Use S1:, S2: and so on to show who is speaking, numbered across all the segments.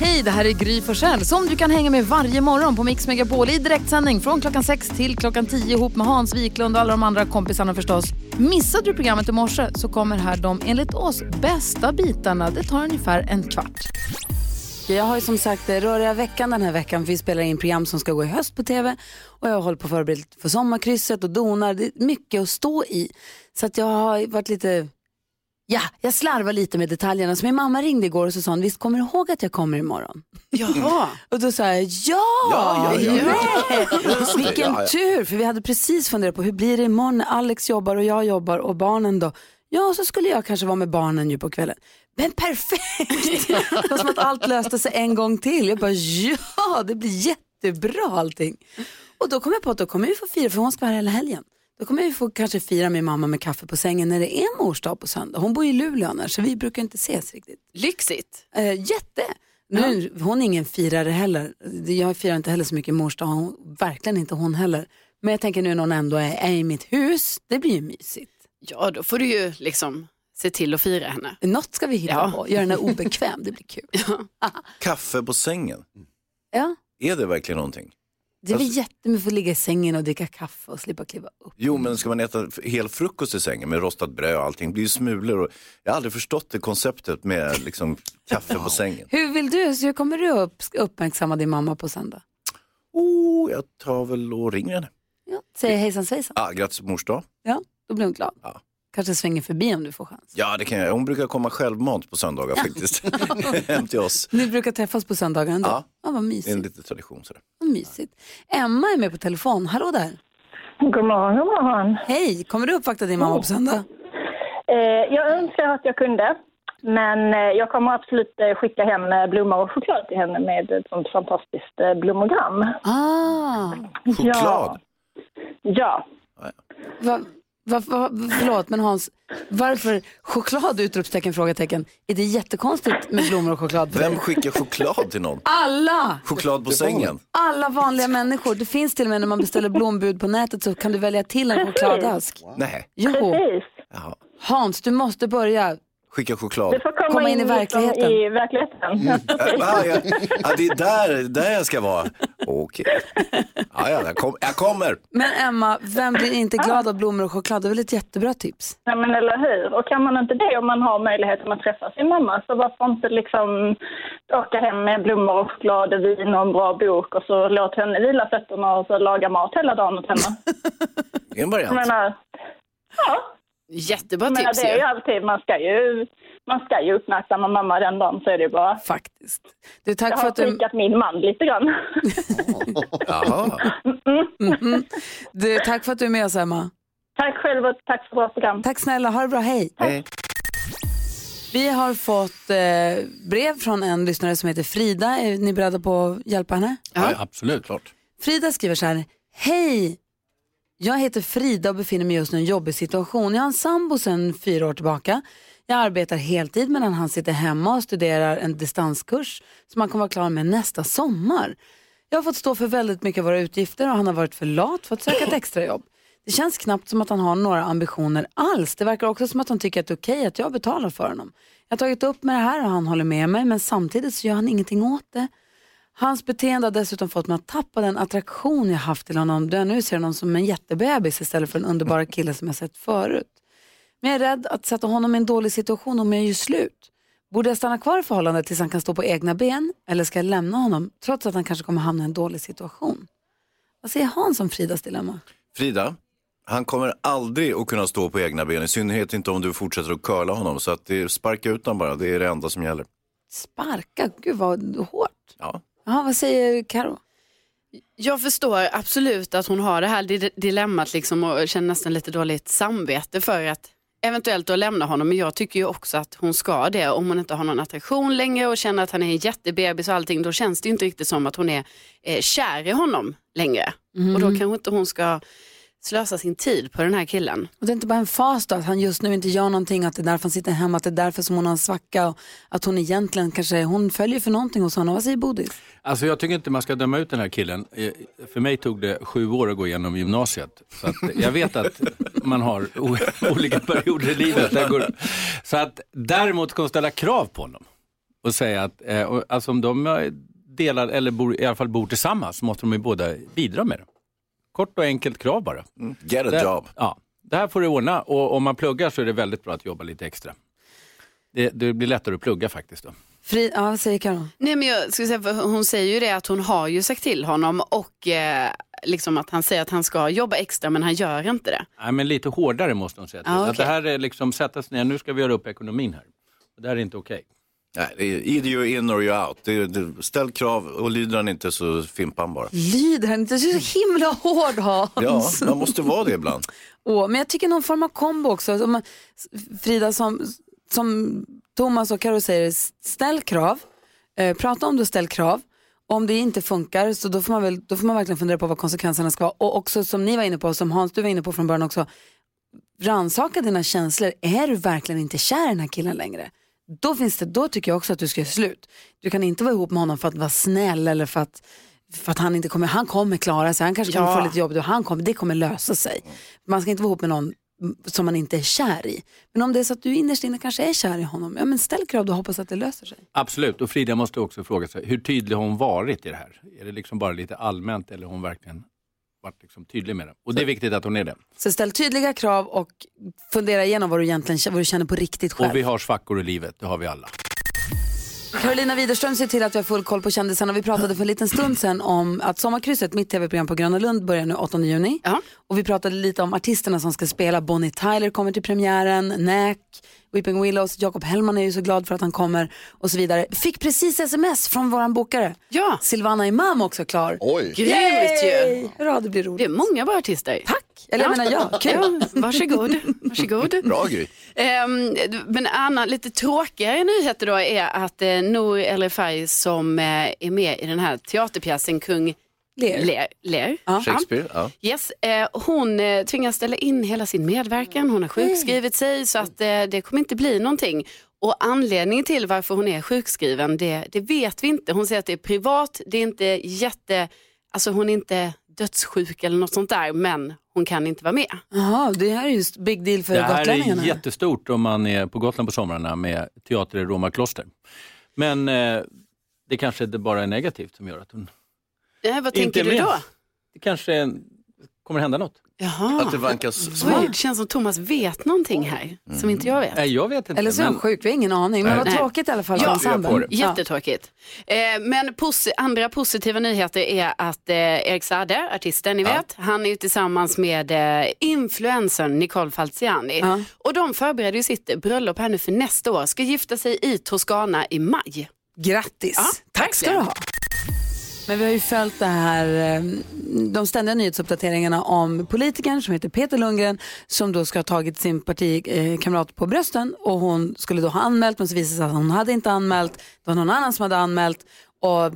S1: Hej, det här är Gry Forssell som du kan hänga med varje morgon på Mix Megapol i direktsändning från klockan 6 till klockan 10 ihop med Hans Wiklund och alla de andra kompisarna förstås. Missade du programmet i morse så kommer här de enligt oss bästa bitarna. Det tar ungefär en kvart.
S2: Jag har ju som sagt eh, röriga veckan den här veckan för vi spelar in program som ska gå i höst på tv och jag håller på att förbereda för sommarkrysset och donar. Det är mycket att stå i. Så att jag har varit lite, ja, jag slarvar lite med detaljerna. Så min mamma ringde igår och så sa hon, visst kommer du ihåg att jag kommer imorgon?
S3: Jaha.
S2: Och då sa jag, ja!
S3: Ja, ja, ja,
S2: Nej!
S3: ja. Just det,
S2: Vilken
S3: ja, ja.
S2: tur, för vi hade precis funderat på hur blir det imorgon när Alex jobbar och jag jobbar och barnen då? Ja, så skulle jag kanske vara med barnen ju på kvällen. Men perfekt! Det var som att allt löste sig en gång till. Jag bara, ja, det blir jättebra allting. Och då kom jag på att då kommer vi få fira, för hon ska vara här hela helgen. Då kommer vi få kanske fira min mamma med kaffe på sängen när det är mors dag på söndag. Hon bor i Luleå annars, så vi brukar inte ses riktigt.
S4: Lyxigt.
S2: Eh, jätte. Nu, Hon är ingen firare heller. Jag firar inte heller så mycket mors dag. Hon, verkligen inte hon heller. Men jag tänker nu när hon ändå är, är i mitt hus, det blir ju mysigt.
S4: Ja, då får du ju liksom se till att fira henne.
S2: Något ska vi hitta
S4: Ja.
S2: på, göra henne obekväm, det blir kul.
S3: Kaffe på sängen,
S2: Ja,
S3: är det verkligen någonting?
S2: det blir
S3: Alltså-
S2: jättemycket att ligga i sängen och dricka kaffe och slippa kliva upp.
S3: Jo, men ska man äta f- hel frukost i sängen med rostat bröd och allting, det blir ju smulor. Och... Jag har aldrig förstått det konceptet med liksom, kaffe på sängen.
S2: Hur vill du, så hur kommer du upp, uppmärksamma din mamma på söndag?
S3: Oh, jag tar väl och ringer henne.
S2: Ja. Säg hejsan svejsan.
S3: Ah, grattis på mors dag.
S2: Ja, då blir hon glad.
S3: Ja.
S2: Kanske svänger förbi om du får chans.
S3: Ja, det kan jag. Hon brukar komma självmant på söndagar faktiskt. Hem till oss.
S2: Ni brukar träffas på söndagar ändå?
S3: Ja.
S2: ja vad
S3: Det är en
S2: mysigt.
S3: liten tradition. Sådär.
S2: Vad mysigt. Emma är med på telefon, hallå där.
S5: God morgon, god morgon.
S2: Hej, kommer du uppvakta din mamma på söndag?
S5: Eh, jag önskar att jag kunde, men eh, jag kommer absolut eh, skicka hem eh, blommor och choklad till henne med ett sånt fantastiskt eh, blommogram.
S2: Ah,
S3: Choklad?
S5: Ja,
S2: va, va, va, förlåt, men Hans, varför choklad? Utropstecken, frågetecken. Är det jättekonstigt med blommor och choklad för
S3: Vem
S2: dig?
S3: skickar choklad till någon?
S2: Alla,
S3: Choklad på sängen?
S2: alla vanliga människor. Det finns till och med när man beställer blombud på nätet så kan du välja till en chokladask.
S3: Nej.
S2: Jo,
S5: precis.
S3: Jaha.
S2: Hans, du måste börja.
S3: Skicka choklad.
S5: Det får komma,
S2: Komma in
S5: in,
S2: i
S5: liksom
S2: verkligheten. Mm.
S5: I verkligheten.
S3: Ah, ja, ja, det är där, där jag ska vara. Okej. Ja, ja, jag, kom, jag kommer.
S2: Men Emma, vem blir inte glad av blommor och choklad? Det är väl ett jättebra tips?
S5: Nej, men eller hur? Och kan man inte det om man har möjligheten att träffa sin mamma så varför inte liksom åka hem med blommor och choklad och vin och en bra bok och så låt henne vila fötterna och så laga mat hela dagen åt henne.
S3: Det är en
S5: Jag
S3: variant.
S5: menar, ja.
S4: Jättebra
S5: Men
S4: tips
S5: det är ju
S4: ju.
S5: alltid, man ska ju, man ska ju uppmärksamma mamma den dagen så är det ju bara.
S2: Faktiskt. Du, tack
S5: Jag
S2: för
S5: har
S2: att du...
S5: prickat min man lite grann.
S3: Jaha.
S2: Mhm. du, tack för att du är med oss, Emma.
S5: tack själv och tack för bra program.
S2: Tack snälla, ha det bra, hej.
S3: Hej.
S2: Vi har fått eh, brev från en lyssnare som heter Frida. Är ni beredda på att hjälpa henne?
S3: Ja, absolut. Klart.
S2: Frida skriver så här. Hej! Jag heter Frida och befinner mig just nu i en jobbig situation. Jag har en sambo sedan fyra år tillbaka. Jag arbetar heltid medan han sitter hemma och studerar en distanskurs som han kommer vara klar med nästa sommar. Jag har fått stå för väldigt mycket av våra utgifter och han har varit för lat för att söka ett extrajobb. Det känns knappt som att han har några ambitioner alls. Det verkar också som att han tycker att det är okej att jag betalar för honom. Jag har tagit upp med det här och han håller med mig men samtidigt så gör han ingenting åt det. Hans beteende har dessutom fått mig att tappa den attraktion jag haft till honom då jag nu ser honom som en jättebebis istället för den underbara killen som jag sett förut. Men jag är rädd att sätta honom i en dålig situation om jag gör slut. Borde jag stanna kvar i förhållandet tills han kan stå på egna ben eller ska jag lämna honom trots att han kanske kommer hamna i en dålig situation? Vad säger Hans om Fridas dilemma?
S3: Frida, han kommer aldrig att kunna stå på egna ben. I synnerhet inte om du fortsätter att curla honom. Så att det, sparka ut honom bara. Det är det enda som gäller.
S2: Sparka, gud vad hårt.
S3: Ja.
S2: Jaha, vad säger Karo?
S4: Jag förstår absolut att hon har det här di- dilemmat liksom och känner nästan lite dåligt samvete för att eventuellt då lämna honom. Men jag tycker ju också att hon ska det. Om hon inte har någon attraktion längre och känner att han är en jättebebis och allting, då känns det ju inte riktigt som att hon är eh, kär i honom längre.
S5: Mm.
S4: Och då kanske inte hon ska slösa sin tid på den här killen.
S2: Och det är inte bara en fas då, att han just nu inte gör någonting, att det är därför han sitter hemma, att det är därför som hon har en svacka och att hon egentligen kanske, hon följer för någonting hos honom. Vad säger Bodis?
S6: Alltså jag tycker inte man ska döma ut den här killen. Eh, För mig tog det sju år att gå igenom gymnasiet. Så att jag vet att man har o- olika perioder i livet. Där går... Så att däremot ska hon ställa krav på honom. och säga att eh, och, alltså om de eh, delar, eller bor, i alla fall bor tillsammans, så måste de ju båda bidra med det. Kort och enkelt krav bara.
S3: Get a
S6: Det-
S3: job.
S6: Ja, det här får du ordna och om man pluggar så är det väldigt bra att jobba lite extra. Det, det blir lättare att plugga faktiskt. Då.
S2: Fri, ja, vad säger Karo?
S4: Nej men jag skulle säga, för hon säger ju det att hon har ju sagt till honom och eh, liksom att han säger att han ska jobba extra men han gör inte det.
S6: Nej, men lite hårdare måste de säga till.
S4: Ja,
S6: Att det
S4: okej.
S6: här är liksom, sätta sig ner, nu ska vi göra upp ekonomin här. Det här är inte okej.
S3: Nej, det är either you're in or you're out. Det är, det, ställ krav och lyder han inte så fimpar han bara.
S2: Lyder han inte? Du är så himla hård Hans.
S3: Ja, man måste vara det ibland.
S2: Åh, men jag tycker någon form av kombo också. Alltså, om man, Frida, som, som Thomas och Karo säger, s- ställ krav. Eh, prata om det och ställ krav. Om det inte funkar så då får, man väl, då får man verkligen fundera på vad konsekvenserna ska vara. Och också som ni var inne på, som Hans du var inne på från början också, rannsaka dina känslor. Är du verkligen inte kär i den här killen längre? Då, finns det, då tycker jag också att du ska göra slut. Du kan inte vara ihop med honom för att vara snäll eller för att, för att han inte kommer, han kommer klara sig, han kanske kommer
S4: Ja.
S2: få lite jobb, då. han kommer, det kommer lösa sig. Man ska inte vara ihop med någon mm, som man inte är kär i. Men om det är så att du innerst inne kanske är kär i honom, ja men ställ krav då och hoppas att det löser sig.
S6: Absolut, och Frida måste också fråga sig, hur tydlig har hon varit i det här? Är det liksom bara lite allmänt eller har hon verkligen varit liksom tydlig med det? Och det är viktigt att hon är det.
S2: Så ställ tydliga krav och fundera igenom vad du egentligen vad du känner på riktigt själv.
S6: Och vi har svackor i livet, det har vi alla.
S2: Carolina Widerström ser till att vi har full koll på kändisarna. Vi pratade för en liten stund sedan om att Sommarkrysset, mitt tv-program på Gröna Lund, börjar nu 8 juni.
S4: Ja.
S2: Och vi pratade lite om artisterna som ska spela. Bonnie Tyler kommer till premiären, Nack, Weeping Willows, Jakob Hellman är ju så glad för att han kommer och så vidare. Fick precis sms från våran bokare.
S4: Ja,
S2: Silvana Imam också klar.
S7: Oj.
S4: grymt ju.
S2: Hurra, det blir roligt.
S4: Det är många bra artister.
S2: Tack! Eller jag menar ja, kul.
S4: Ja, varsågod. varsågod.
S3: Bra Gry.
S4: Ehm, men Anna, lite tråkigare nyheter då är att eh, Nour El Refai som eh, är med i den här teaterpjäsen Kung
S2: Ler.
S4: Lear, Lear Ja.
S3: Shakespeare, ja.
S4: Yes, eh, hon eh, tvingas ställa in hela sin medverkan. Hon har sjukskrivit sig så att eh, det kommer inte bli någonting. Och anledningen till varför hon är sjukskriven, det, det vet vi inte. Hon säger att det är privat, det är inte jätte, alltså hon är inte dödssjuk eller något sånt där, men hon kan inte vara med.
S2: Jaha, det här är ju st- big deal för
S6: Det här
S2: gotlänningarna.
S6: är jättestort om man är på Gotland på somrarna med teater i Roma kloster. Men eh, det kanske inte bara är negativt som gör att hon...
S4: Eh, vad
S6: Inte
S4: tänker du
S6: med.
S4: då?
S6: Det kanske är- kommer hända något.
S4: Jaha.
S3: Att det vankas
S4: Oj, det känns som Thomas vet någonting här som inte jag vet.
S6: Nej, jag vet inte.
S2: Eller så är han
S6: men-
S2: sjuk, vi har ingen aning. Men
S6: Nej.
S2: vad
S4: Nej.
S2: tråkigt i alla fall
S4: Ja,
S2: för
S4: jag
S2: ensemblen.
S6: får det.
S2: Ja.
S4: Jättetråkigt. Eh, men posi- andra positiva nyheter är att eh, Erik Saade, artisten ni vet, han är ju tillsammans med eh, influencern Nicole Falciani.
S2: Ja.
S4: Och de förbereder ju sitt bröllop här nu för nästa år, ska gifta sig i Toscana i maj.
S2: Grattis!
S4: Ja,
S2: Tack ska du
S4: verkligen.
S2: ha. Men vi har ju följt det här, eh, de ständiga nyhetsuppdateringarna om politikern som heter Peter Lundgren som då ska ha tagit sin partikamrat på brösten och hon skulle då ha anmält men så visade det sig att hon hade inte anmält. Det var någon annan som hade anmält. Och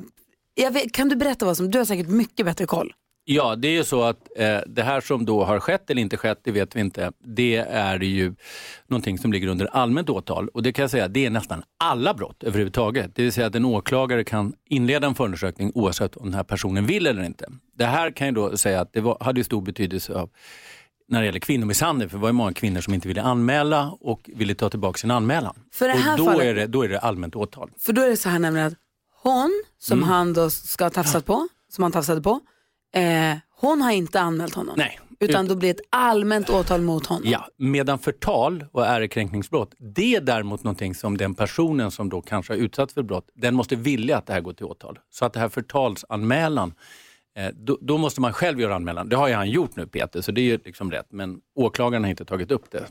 S2: jag vet, kan du berätta vad som, du har säkert mycket bättre koll.
S6: Ja, det är ju så att eh, det här som då har skett eller inte skett, det vet vi inte. Det är ju någonting som ligger under allmänt åtal och det kan jag säga, det är nästan alla brott överhuvudtaget. Det vill säga att en åklagare kan inleda en förundersökning oavsett om den här personen vill eller inte. Det här kan ju då säga att det var, hade ju stor betydelse av när det gäller kvinnomisshandel, för det var ju många kvinnor som inte ville anmäla och ville ta tillbaka sin anmälan.
S2: För det här
S6: och då,
S2: fallet-
S6: är det, då är det allmänt åtal.
S2: För då är det så här nämligen att hon, som
S6: Mm.
S2: han då ska ha tafsat på, som han tafsade på, eh, hon har inte anmält honom.
S6: Nej.
S2: Utan då blir det ett allmänt åtal mot honom.
S6: Ja, medan förtal och ärekränkningsbrott, det är däremot någonting som den personen som då kanske har utsatts för brott, den måste vilja att det här går till åtal. Så att det här förtalsanmälan, eh, då, då måste man själv göra anmälan. Det har ju han gjort nu Peter, så det är ju liksom rätt. Men åklagaren har inte tagit upp det.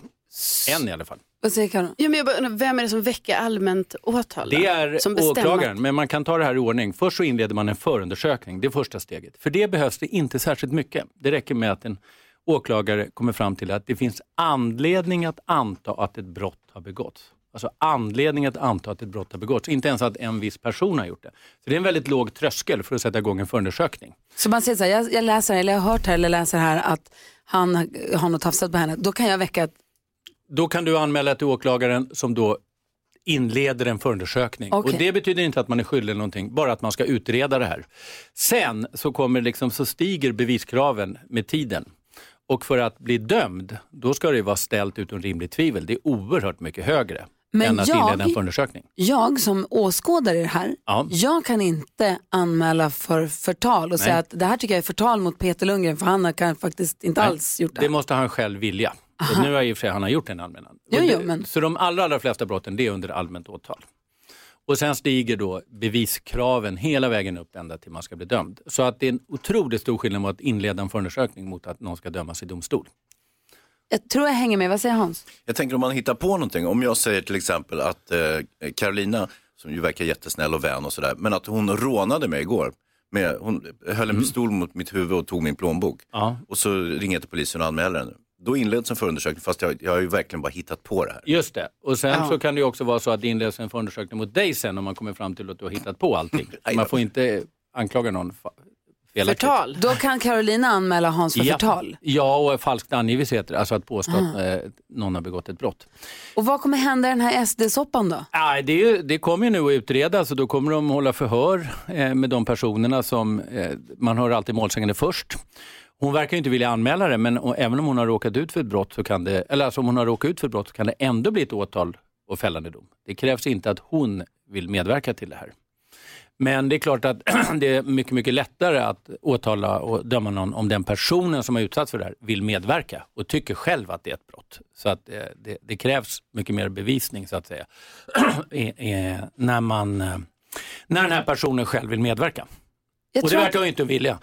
S6: Än i alla fall.
S2: Vad säger Karin?
S4: Ja, men jag bara undrar, vem är det som väcker allmänt åtal? då?
S6: Det är
S4: som bestämmer-
S6: åklagaren, men man kan ta det här i ordning. Först så inleder man en förundersökning, det är första steget. För det behövs det inte särskilt mycket. Det räcker med att en åklagare kommer fram till att det finns anledning att anta att ett brott har begåtts. Alltså anledning att anta att ett brott har begåtts, inte ens att en viss person har gjort det. Så det är en väldigt låg tröskel för att sätta igång en förundersökning.
S2: Så man säger så här, jag, jag läser eller jag har hört här eller läser här att han har- har något tafsat på henne. Då kan jag väcka ett,
S6: Då kan du anmäla till åklagaren som då inleder en förundersökning.
S2: Okej.
S6: Och det betyder inte att man är skyldig eller någonting, bara att man ska utreda det här. Sen så, kommer liksom, så stiger beviskraven med tiden. Och för att bli dömd, då ska det ju vara ställt utom rimligt tvivel. Det är oerhört mycket högre.
S2: Men
S6: än att
S2: jag-
S6: inleda en förundersökning.
S2: Jag som åskådare i det här,
S6: Ja.
S2: jag kan inte anmäla för förtal och säga att det här tycker jag är förtal mot Peter Lundgren för han har kan faktiskt inte alls gjort det.
S6: Det måste han själv vilja. Nu har i och för sig han har gjort en allmän anmälan.
S2: Jo,
S6: Och det-
S2: jo, men-
S6: Så de allra, allra flesta brotten det är under allmänt åtal. Och sen stiger då beviskraven hela vägen upp ända till man ska bli dömd. Så att det är en otroligt stor skillnad mot att inleda en förundersökning mot att någon ska dömas i domstol.
S2: Jag tror jag hänger med, vad säger Hans?
S3: Jag tänker om man hittar på någonting. Om jag säger till exempel att eh, Carolina, som ju verkar jättesnäll och vän och sådär, men att hon rånade mig igår. Med, hon höll en pistol mot mitt huvud och tog min plånbok.
S6: Ja.
S3: Och så ringer jag till polisen och anmäler henne. Då inleds en förundersökning fast jag, jag har ju verkligen bara hittat på det här.
S6: Just det. Och sen så kan det ju också vara så att det inleds en förundersökning mot dig sen om man kommer fram till att du har hittat på allting.
S3: Aj då.
S6: man får inte anklaga någon fa- felaktigt.
S4: Förtal.
S2: Då kan Carolina anmäla Hans för förtal.
S6: Ja, och falskt angivelse heter det. Alltså att påstå att eh, någon har begått ett brott.
S2: Och vad kommer hända i den här SD-soppan då?
S6: Nej, det, är ju, det kommer ju nu att utredas och då kommer de hålla förhör eh, med de personerna som, eh, man hör alltid målsägande först. Hon verkar ju inte vilja anmäla det, men och, även om hon har råkat ut för ett brott så kan det, eller alltså om hon har råkat ut för ett brott så kan det ändå bli ett åtal och fällande dom. Det krävs inte att hon vill medverka till det här. Men det är klart att det är mycket, mycket lättare att åtala och döma någon om den personen som har utsatts för det här vill medverka och tycker själv att det är ett brott. Så att eh, det, det krävs mycket mer bevisning så att säga eh, eh, när, man, eh, när den här personen själv vill medverka.
S2: Jag
S6: Och det
S2: tror
S6: verkar
S2: att,
S6: hon ju inte vilja.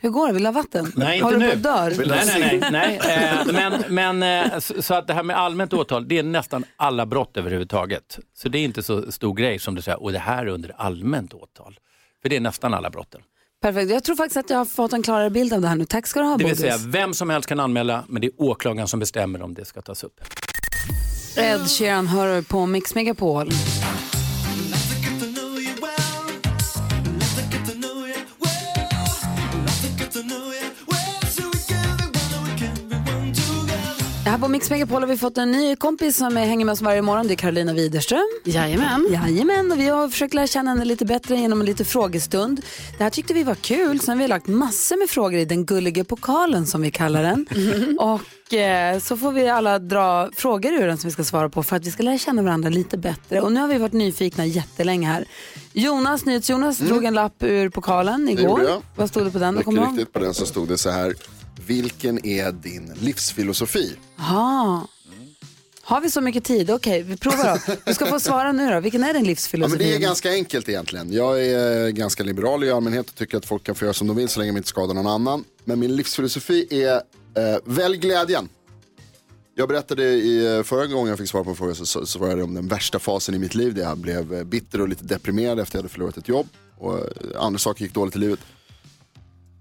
S2: hur går det? Vill du ha vatten?
S6: Nej,
S2: Håller
S6: inte
S2: du på
S6: nu.
S2: och dör?
S3: Vill-
S6: Nej, nej, nej. nej. Eh, men men eh, så, så att det här med allmänt åtal, det är nästan alla brott överhuvudtaget. Så det är inte så stor grej som du säger, och det här är under allmänt åtal. För det är nästan alla brotten.
S2: Perfekt, jag tror faktiskt att jag har fått en klarare bild av det här nu. Tack ska du ha
S6: Det vill
S2: Bodis.
S6: säga, vem som helst kan anmäla, men det är åklagaren som bestämmer om det ska tas upp.
S2: Ed Sheeran hör på Mix Megapol. Här på Mix Megapol har vi fått en ny kompis som är- hänger med oss varje morgon. Det är Carolina Widerström.
S4: Jajamän.
S2: Jajamän, och vi har försökt lära känna henne lite bättre genom en liten frågestund. Det här tyckte vi var kul, sen har vi lagt massor med frågor i den gulliga pokalen som vi kallar den. Och eh, så får vi alla dra frågor ur den som vi ska svara på för att vi ska lära känna varandra lite bättre. Och nu har vi varit nyfikna jättelänge här. Jonas, NyhetsJonas, drog en lapp ur pokalen igår.
S7: Mm. gjorde jag.
S2: Vad stod det på den? Kommer
S7: Mycket
S2: du ihåg?
S7: riktigt på den så stod det så här. Vilken är din livsfilosofi?
S2: Aha. Har vi så mycket tid? Okej, vi provar då. Du ska få svara nu då. Vilken är din
S7: Ja, men
S2: livsfilosofi?
S7: det är ganska enkelt egentligen. Jag är eh, ganska liberal i allmänhet och tycker att folk kan få göra som de vill så länge de inte skadar någon annan. Men min livsfilosofi är eh, välj glädjen. Jag berättade i eh, förra gången jag fick svar på en fråga så- så svarade jag om den värsta fasen i mitt liv där jag blev eh, bitter och lite deprimerad efter att jag hade förlorat ett jobb och eh, andra saker gick dåligt i livet.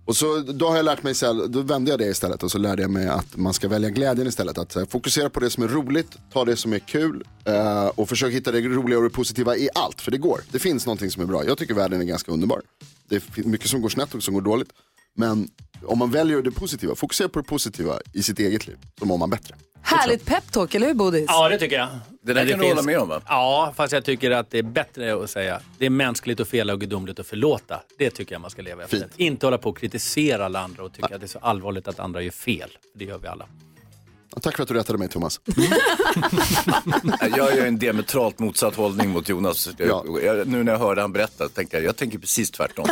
S7: Och så, då har jag lärt mig, så här, då vände jag det istället och så lärde jag mig att man ska välja glädjen istället. Att så här, fokusera på det som är roligt, ta det som är kul eh, och försök hitta det roliga och det positiva i allt. För det går. Det finns någonting som är bra. Jag tycker världen är ganska underbar. Det finns mycket som går snett och som går dåligt. Men om man väljer det positiva, fokusera på det positiva i sitt eget liv, så mår man bättre.
S2: Härligt peptalk, eller hur Bodis?
S6: Ja, det tycker jag.
S3: Det där
S6: Men
S3: kan du hålla med om, va?
S6: Ja, fast jag tycker att det är bättre att säga det är mänskligt att fela och gudomligt att förlåta. Det tycker jag man ska leva efter.
S7: Fint.
S6: Inte hålla på och kritisera alla andra och tycka att det är så allvarligt att andra gör fel. Det gör vi alla.
S7: Ja, Tack för att du rättade mig Thomas.
S3: Jag har ju en diametralt motsatt hållning mot Jonas.
S7: Ja.
S3: Jag, nu när jag hörde han berätta tänkte jag, jag tänker precis tvärtom.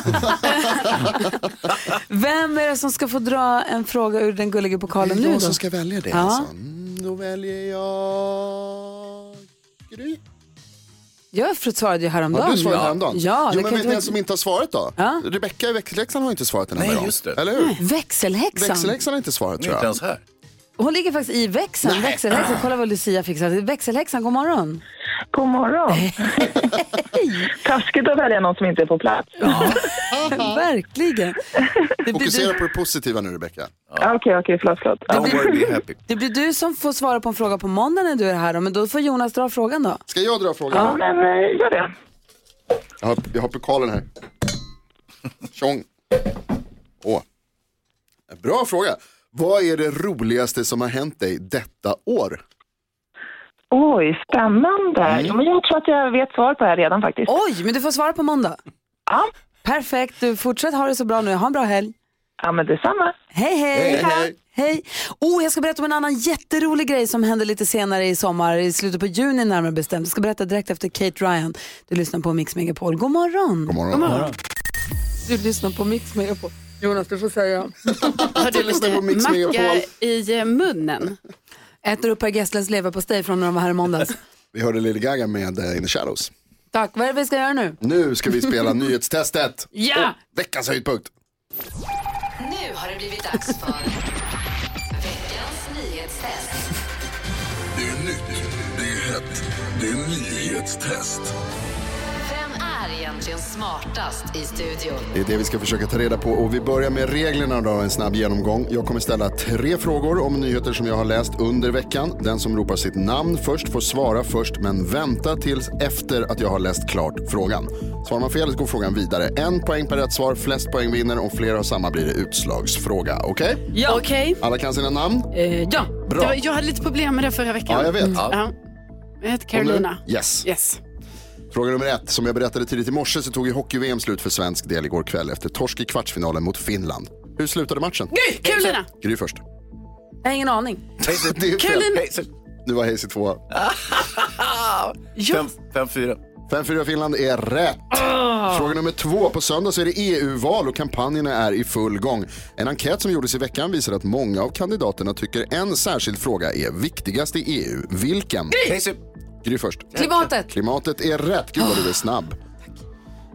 S2: Vem är det som ska få dra en fråga ur den gulliga pokalen nu
S7: jag
S2: då?
S7: som ska välja det
S2: Ja.
S7: alltså. Mm, då väljer jag Gry.
S2: Jag svarade ju häromdagen.
S7: Ja, du svarade häromdagen.
S2: Ja,
S7: jo,
S2: det
S7: men
S2: kan
S7: vet
S2: inte
S7: ni
S2: vara...
S7: vem som inte har svarat då?
S2: Ja.
S7: Rebecka i växelläxan har inte svarat den här
S3: Nej,
S7: gången.
S3: just det.
S7: Eller hur?
S2: Växelhäxan.
S7: Växelläxan har inte svarat
S3: Nu är
S7: tror
S3: inte
S7: jag.
S3: ens här.
S2: Hon ligger faktiskt i växeln. Växelhäxan. Kolla vad Lucia fixar. Växelhäxan, god morgon.
S5: God morgon! Taskigt att välja någon som inte är på plats.
S2: Verkligen. Det blir,
S7: Fokusera
S2: du,
S7: på det positiva nu Rebecka.
S5: Ah, Okej, okej, förlåt, förlåt. Ja.
S3: Don't worry, be happy.
S2: det blir du som får svara på en fråga på måndag när du är här. då, Men då får Jonas dra frågan då.
S7: Ska jag dra frågan?
S5: Ja, men eh, gör det.
S7: Jag, har, jag har pokalen här. Tjong. Åh. Bra fråga. Vad är det roligaste som har hänt dig detta år?
S5: Oj, spännande.
S2: Mm.
S5: Ja, men jag tror att jag vet svar på det här redan faktiskt.
S2: Oj, men du får svara på måndag.
S5: Ja,
S2: Perfekt. Du fortsätt ha det så bra nu. Ha en bra helg.
S5: ja men detsamma.
S2: Hej, hej.
S7: hej.
S2: Hej! Oh, jag ska berätta om en annan jätterolig grej som hände lite senare i sommar, i slutet på juni närmare bestämt. Jag ska berätta direkt efter Kate Ryan. Du lyssnar på Mix Megapol. God morgon!
S7: God morgon.
S2: Du lyssnar på Mix Megapol. Jonas, du får säga.
S4: Har du
S7: lyssnar på Mix
S4: macka
S7: Megapol.
S4: i eh, munnen?
S2: Äter upp Per Gessles leverpastej från när de var här i måndags.
S7: Vi hörde Lady Gaga med eh, In the Shadows.
S2: Tack, vad är det vi ska göra nu?
S7: Nu ska vi spela nyhetstestet.
S2: Ja!
S7: Och veckans höjdpunkt.
S8: Nu har det blivit dags för veckans nyhetstest. Vem är egentligen smartast i studion?
S7: Det är det vi ska försöka ta reda på och vi börjar med reglerna då, en snabb genomgång. Jag kommer ställa tre frågor om nyheter som jag har läst under veckan. Den som ropar sitt namn först får svara först men vänta tills efter att jag har läst klart frågan. Svarar man fel går frågan vidare. En poäng per rätt svar, flest poäng vinner. Om fler har samma blir det utslagsfråga. Okej?
S4: Ja. Okej.
S7: Alla kan sina namn?
S2: Eh, ja,
S7: Bra.
S4: Det var- Jag hade lite problem med det förra veckan.
S7: Ja, jag vet.
S4: Ja. Jag heter
S7: Och nu-
S4: Carolina.
S7: Yes.
S4: Yes.
S7: Fråga nummer ett. Som jag berättade tidigt i morse så tog ju hockey-VM slut för svensk del igår kväll efter torsk i kvartsfinalen mot Finland. Hur slutade matchen?
S4: Gry, Carolina.
S7: Gry först.
S2: jag har ingen aning.
S7: Det är fel.
S4: Carolina.
S7: Nu var Hayes i tvåa.
S4: Ja.
S3: 5-4.
S7: 5-4 Finland är rätt. Fråga nummer två. På söndag så är det EU-val och kampanjerna är i full gång. En enkät som gjordes i veckan visar att många av kandidaterna tycker en särskild fråga är viktigast i EU. Vilken?
S3: Hayes upp.
S7: Gry först.
S2: Klimatet!
S7: Klimatet är rätt. Gud vad du är snabb.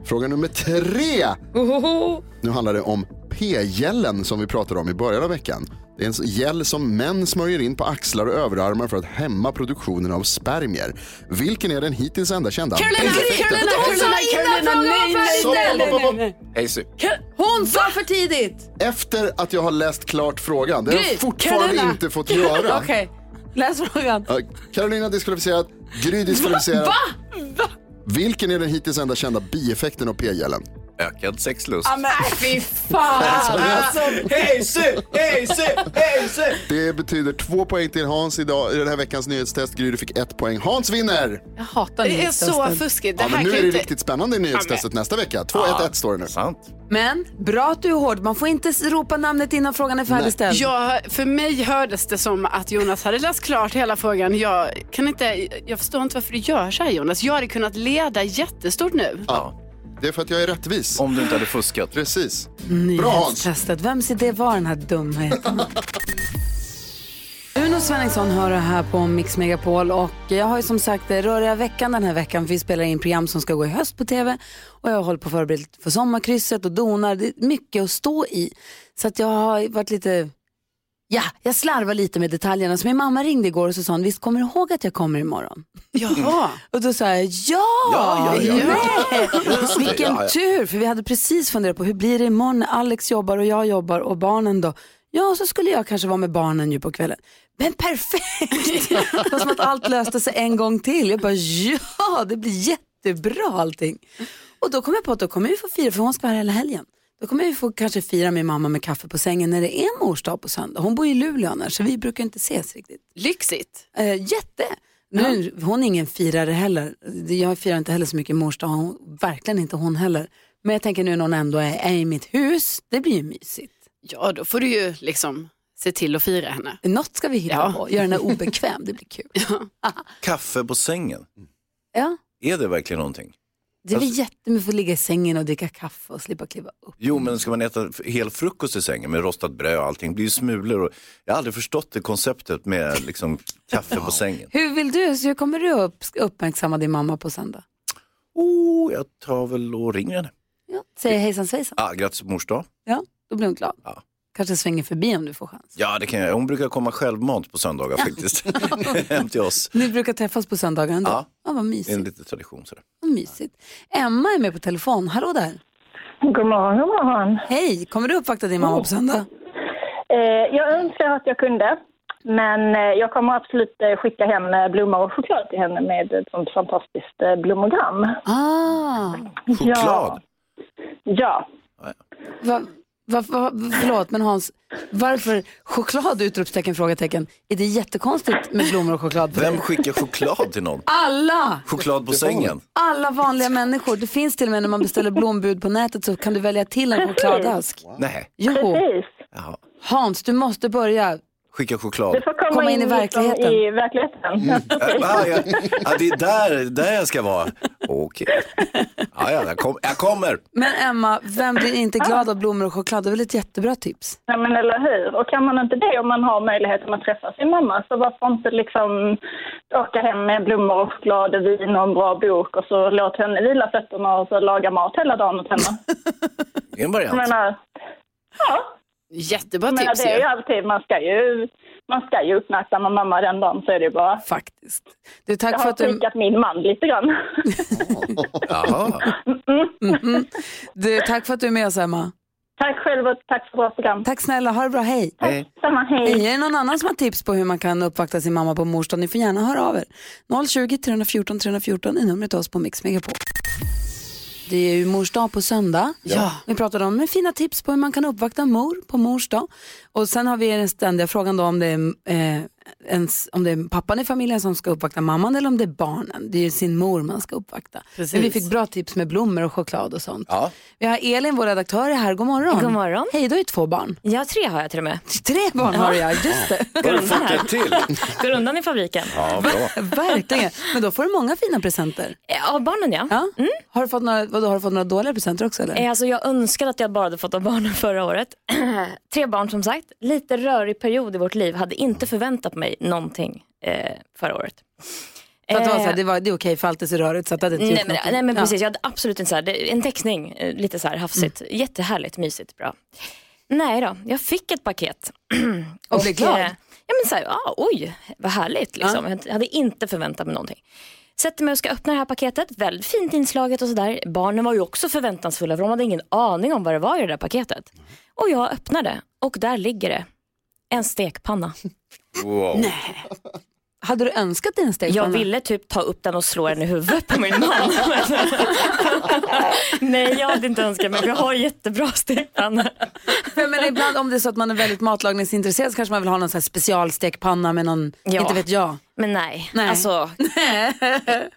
S7: Fråga nummer tre. Nu handlar det om p-gällen som vi pratade om i början av veckan. Det är en gäll som män smörjer in på axlar och överarmar för att hämma produktionen av spermier. Vilken är den hittills enda kända?
S4: Carolina,
S7: bieffekten?
S4: Carolina, Carolina, Carolina, nej, nej,
S7: Stopp,
S4: nej,
S7: stopp,
S4: nej,
S7: stopp,
S4: nej.
S7: stopp.
S3: Hayes upp.
S2: Hon sa för tidigt!
S7: Efter att jag har läst klart frågan, det har
S2: Gry,
S7: jag fortfarande
S2: Carolina.
S7: inte fått göra.
S2: Okej, läs frågan.
S7: Ja, Carolina diskvalificerad, Gry diskvalificerad. Vilken är den hittills enda kända bieffekten av p-gällen?
S3: Ökad sexlust.
S2: Fy fan! Alltså,
S7: Det betyder två poäng till Hans idag i den här veckans nyhetstest. Gry, du fick ett poäng. Hans vinner!
S2: Jag hatar
S4: Det är så
S2: nyhetstesten.
S4: fuskigt. Det
S7: Ja,
S4: här
S7: men nu
S4: kan
S7: är det
S4: inte...
S7: riktigt spännande i nyhetstestet nästa vecka. 2-1-1 står det nu.
S3: Sant.
S2: Men bra att du är hård. Man får inte s- ropa namnet innan frågan är färdigställd.
S4: Ja, för mig hördes det som att Jonas hade läst klart hela frågan. Jag, kan inte, jag förstår inte varför du gör så här Jonas. Jag hade kunnat leda jättestort nu.
S7: Ja. Det är för att jag är rättvis.
S3: Om du inte hade fuskat.
S7: Precis. Bra Hans!
S2: Nyhetstestet. Vems idé var den här dumheten? Uno Svenningsson hör det här på Mix Megapol och jag har ju som sagt eh, röriga veckan den här veckan. Vi spelar in program som ska gå i höst på tv och jag håller på att förbereda för sommarkrysset och donar. Det är mycket att stå i. Så att jag har varit lite Ja, jag slarvar lite med detaljerna. Så min mamma ringde igår och så sa hon, visst kommer du ihåg att jag kommer imorgon?
S4: Jaha.
S2: Och då sa jag, ja!
S3: Ja, ja, ja,
S2: nej!
S3: Just det,
S2: Vilken
S3: ja, ja.
S2: tur, för vi hade precis funderat på hur blir det imorgon när Alex jobbar och jag jobbar och barnen då? Ja, så skulle jag kanske vara med barnen ju på kvällen. Men perfekt! Det var som att allt löste sig en gång till. Jag bara, ja, det blir jättebra allting. Och då kom jag på att då kommer vi få fira, för hon ska vara här hela helgen. Då kommer vi få kanske fira min mamma med kaffe på sängen när det är mors dag på söndag. Hon bor i Luleå annars, så vi brukar inte ses riktigt.
S4: Lyxigt.
S2: Eh, jätte. Nu, Hon är ingen firare heller. Jag firar inte heller så mycket mors dag. Hon- Verkligen inte hon heller. Men jag tänker nu när hon ändå är, är i mitt hus, det blir ju mysigt.
S4: Ja, då får du ju liksom se till att fira henne.
S2: Något ska vi hitta
S4: Ja.
S2: på, göra henne obekväm, det blir kul.
S3: Kaffe på sängen.
S2: Ja,
S3: Är det verkligen någonting?
S2: det blir
S3: Alltså-
S2: jättemycket att ligga i sängen och dricka kaffe och slippa kliva upp.
S3: Jo, men ska man äta f- hel frukost i sängen med rostat bröd och allting, det blir ju smulor. Och... Jag har aldrig förstått det konceptet med liksom, kaffe på sängen.
S2: Hur vill du, så hur kommer du upp, uppmärksamma din mamma på söndag?
S3: Oh, jag tar väl och ringer henne.
S2: Ja. Säger hejsan svejsan.
S3: Ah, grattis på mors dag.
S2: Ja, då blir hon glad.
S3: Ja.
S2: Kanske svänger förbi om du får chans.
S3: Ja, det kan jag. Hon brukar komma självmant på söndagar faktiskt. Hem till oss.
S2: Ni brukar träffas på söndagar ändå?
S3: Ja.
S2: ja vad
S3: Det är en
S2: mysigt.
S3: liten tradition. Sådär.
S2: Vad mysigt. Emma är med på telefon. Hallå där.
S5: God morgon, god morgon.
S2: Hej, kommer du uppvakta din
S5: Oh.
S2: mamma på söndag?
S5: Eh, jag önskar att jag kunde, men eh, jag kommer absolut eh, skicka hem eh, blommor och choklad till henne med ett sånt fantastiskt eh, blommogram.
S2: Ah,
S3: Choklad.
S5: Ja.
S2: va, va, va, förlåt, men Hans, varför choklad? Utropstecken, frågetecken. Är det jättekonstigt med blommor och choklad? för dig?
S3: Vem skickar choklad till någon?
S2: Alla,
S3: Choklad på sängen?
S2: alla vanliga människor. Det finns till och med när man beställer blombud på nätet så kan du välja till en chokladask.
S3: Nej.
S2: Jo,
S5: Precis.
S3: Jaha.
S2: Hans, du måste börja.
S3: Skicka choklad.
S5: Du får komma,
S2: Komma in i
S5: liksom
S2: verkligheten. Mm.
S5: I verkligheten.
S3: Ja, Äh, ah, ja, ja, det är där, där jag ska vara. Okej. Ja, ja, jag, kom, jag kommer.
S2: Men Emma, vem blir inte glad av blommor och choklad? Det är väl ett jättebra tips?
S5: Ja, men eller hur? Och kan man inte det om man har möjligheten att träffa sin mamma så varför inte liksom åka hem med blommor och choklad och vin och en bra bok och så låt henne vila fötterna och så laga mat hela dagen åt henne.
S3: Det är en
S5: Jag
S3: variant.
S5: menar, ja,
S4: Jättebra
S5: jag menar,
S4: tips
S5: det är ju
S4: ju.
S5: alltid, man ska ju, man ska ju uppmärksamma mamma den dagen så är det ju bara.
S2: Faktiskt. Du,
S5: Jag
S2: tack för
S5: har
S2: att du...
S5: prickat min man lite grann.
S3: Jaha.
S2: Mm. Du, tack för att du är med oss, Emma.
S5: tack själv och tack för bra program.
S2: Tack snälla, ha det bra, hej.
S3: Hej.
S5: Samma, hej.
S2: Hej, är det någon annan som har tips på hur man kan uppvakta sin mamma på mors dag? Ni får gärna höra av er. 020 314 314 är numret till oss på Mix Megapol. Det är ju mors dag på söndag.
S4: Ja.
S2: Vi pratade om med fina tips på hur man kan uppvakta mor på mors dag. Och sen har vi den ständiga frågan då om det, är, eh, ens, om det är pappan i familjen som ska uppvakta mamman eller om det är barnen. Det är ju sin mor man ska uppvakta.
S4: Precis.
S2: Men vi fick bra tips med blommor och choklad och sånt.
S3: Ja.
S2: Vi har Elin, vår redaktör, är här. God morgon.
S9: God morgon.
S2: Hej, du har ju två barn.
S9: Ja, tre har jag till och med.
S2: Tre barn har du ja, just det.
S3: Har du fått det till?
S9: Går undan i fabriken.
S3: Ja, bra.
S2: Verkligen. Men då får du många fina presenter.
S9: Eh, Av barnen ja.
S2: Ja? Har, du fått några, vadå, har du fått några dåliga presenter också? Eller?
S9: Eh, Alltså, jag önskade att jag bara hade fått av barnen förra året. tre barn som sagt. Lite rörig period i vårt liv. Hade inte förväntat mig någonting eh, förra året.
S2: För att det, var så här,
S9: Eh,
S2: det, var, det är okej för allt är så rörigt så att det hade inte
S9: Nej
S2: gjort
S9: men,
S2: någonting.
S9: nej men precis, jag hade absolut inte så här, det- en teckning, eh, lite så här hafsigt.
S2: Mm.
S9: Jättehärligt, mysigt, bra. Nej då, jag fick ett paket.
S2: Och blev glad?
S9: eh, Ja men så här, ah, oj, vad härligt liksom. Jag hade inte förväntat mig någonting. Sätter mig och ska öppna det här paketet, väldigt fint inslaget och sådär. Barnen var ju också förväntansfulla för de hade ingen aning om vad det var i det där paketet. Och jag öppnade och där ligger det. En stekpanna.
S3: Wow.
S2: Hade du önskat dig en stekpanna?
S9: Jag ville typ ta upp den och slå den i huvudet på min man. Nej, jag hade inte önskat mig för jag har jättebra stekpanna.
S2: Ja, men ibland om det är så att man är väldigt matlagningsintresserad så kanske man vill ha någon så här specialstekpanna med någon,
S9: Ja.
S2: inte vet jag.
S9: Men nej,
S2: Nej.
S9: alltså nej,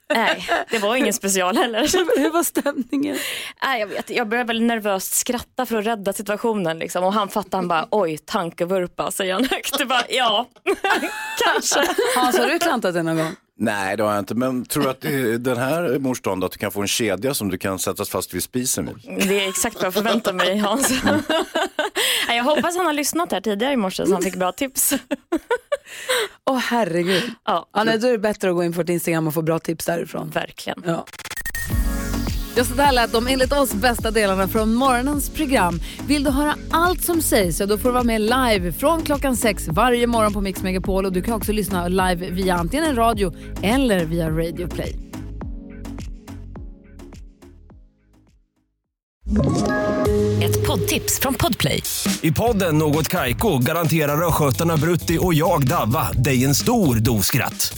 S9: det var ingen special heller.
S2: Hur var stämningen?
S9: Nej, jag, vet, jag började väl nervöst skratta för att rädda situationen liksom. och han fattade han bara oj, tankevurpa säger han högt. Jag bara, ja, kanske.
S2: Hans, har du klantat dig någon gång?
S3: Nej, det har jag inte. Men tror du att det är den här mors dagen då, att du kan få en kedja som du kan sättas fast vid spisen vid?
S9: Det är exakt vad jag förväntar mig Hans. Nej, jag hoppas han har lyssnat här tidigare i morse så han fick bra tips.
S2: Åh herregud.
S9: Ja,
S2: Ja, nej, då är det bättre att gå in på vårt Instagram och få bra tips därifrån.
S9: verkligen.
S2: Ja.
S1: Just det här lät de enligt oss bästa delarna från morgonens program. Vill du höra allt som sägs, ja då får du vara med live från klockan sex varje morgon på Mix Megapol. Och du kan också lyssna live via antingen en radio eller via Radio Play.
S8: Ett poddtips från Podplay.
S10: I podden Något Kaiko garanterar östgötarna Brutti och jag, Davva, dig en stor dos skratt.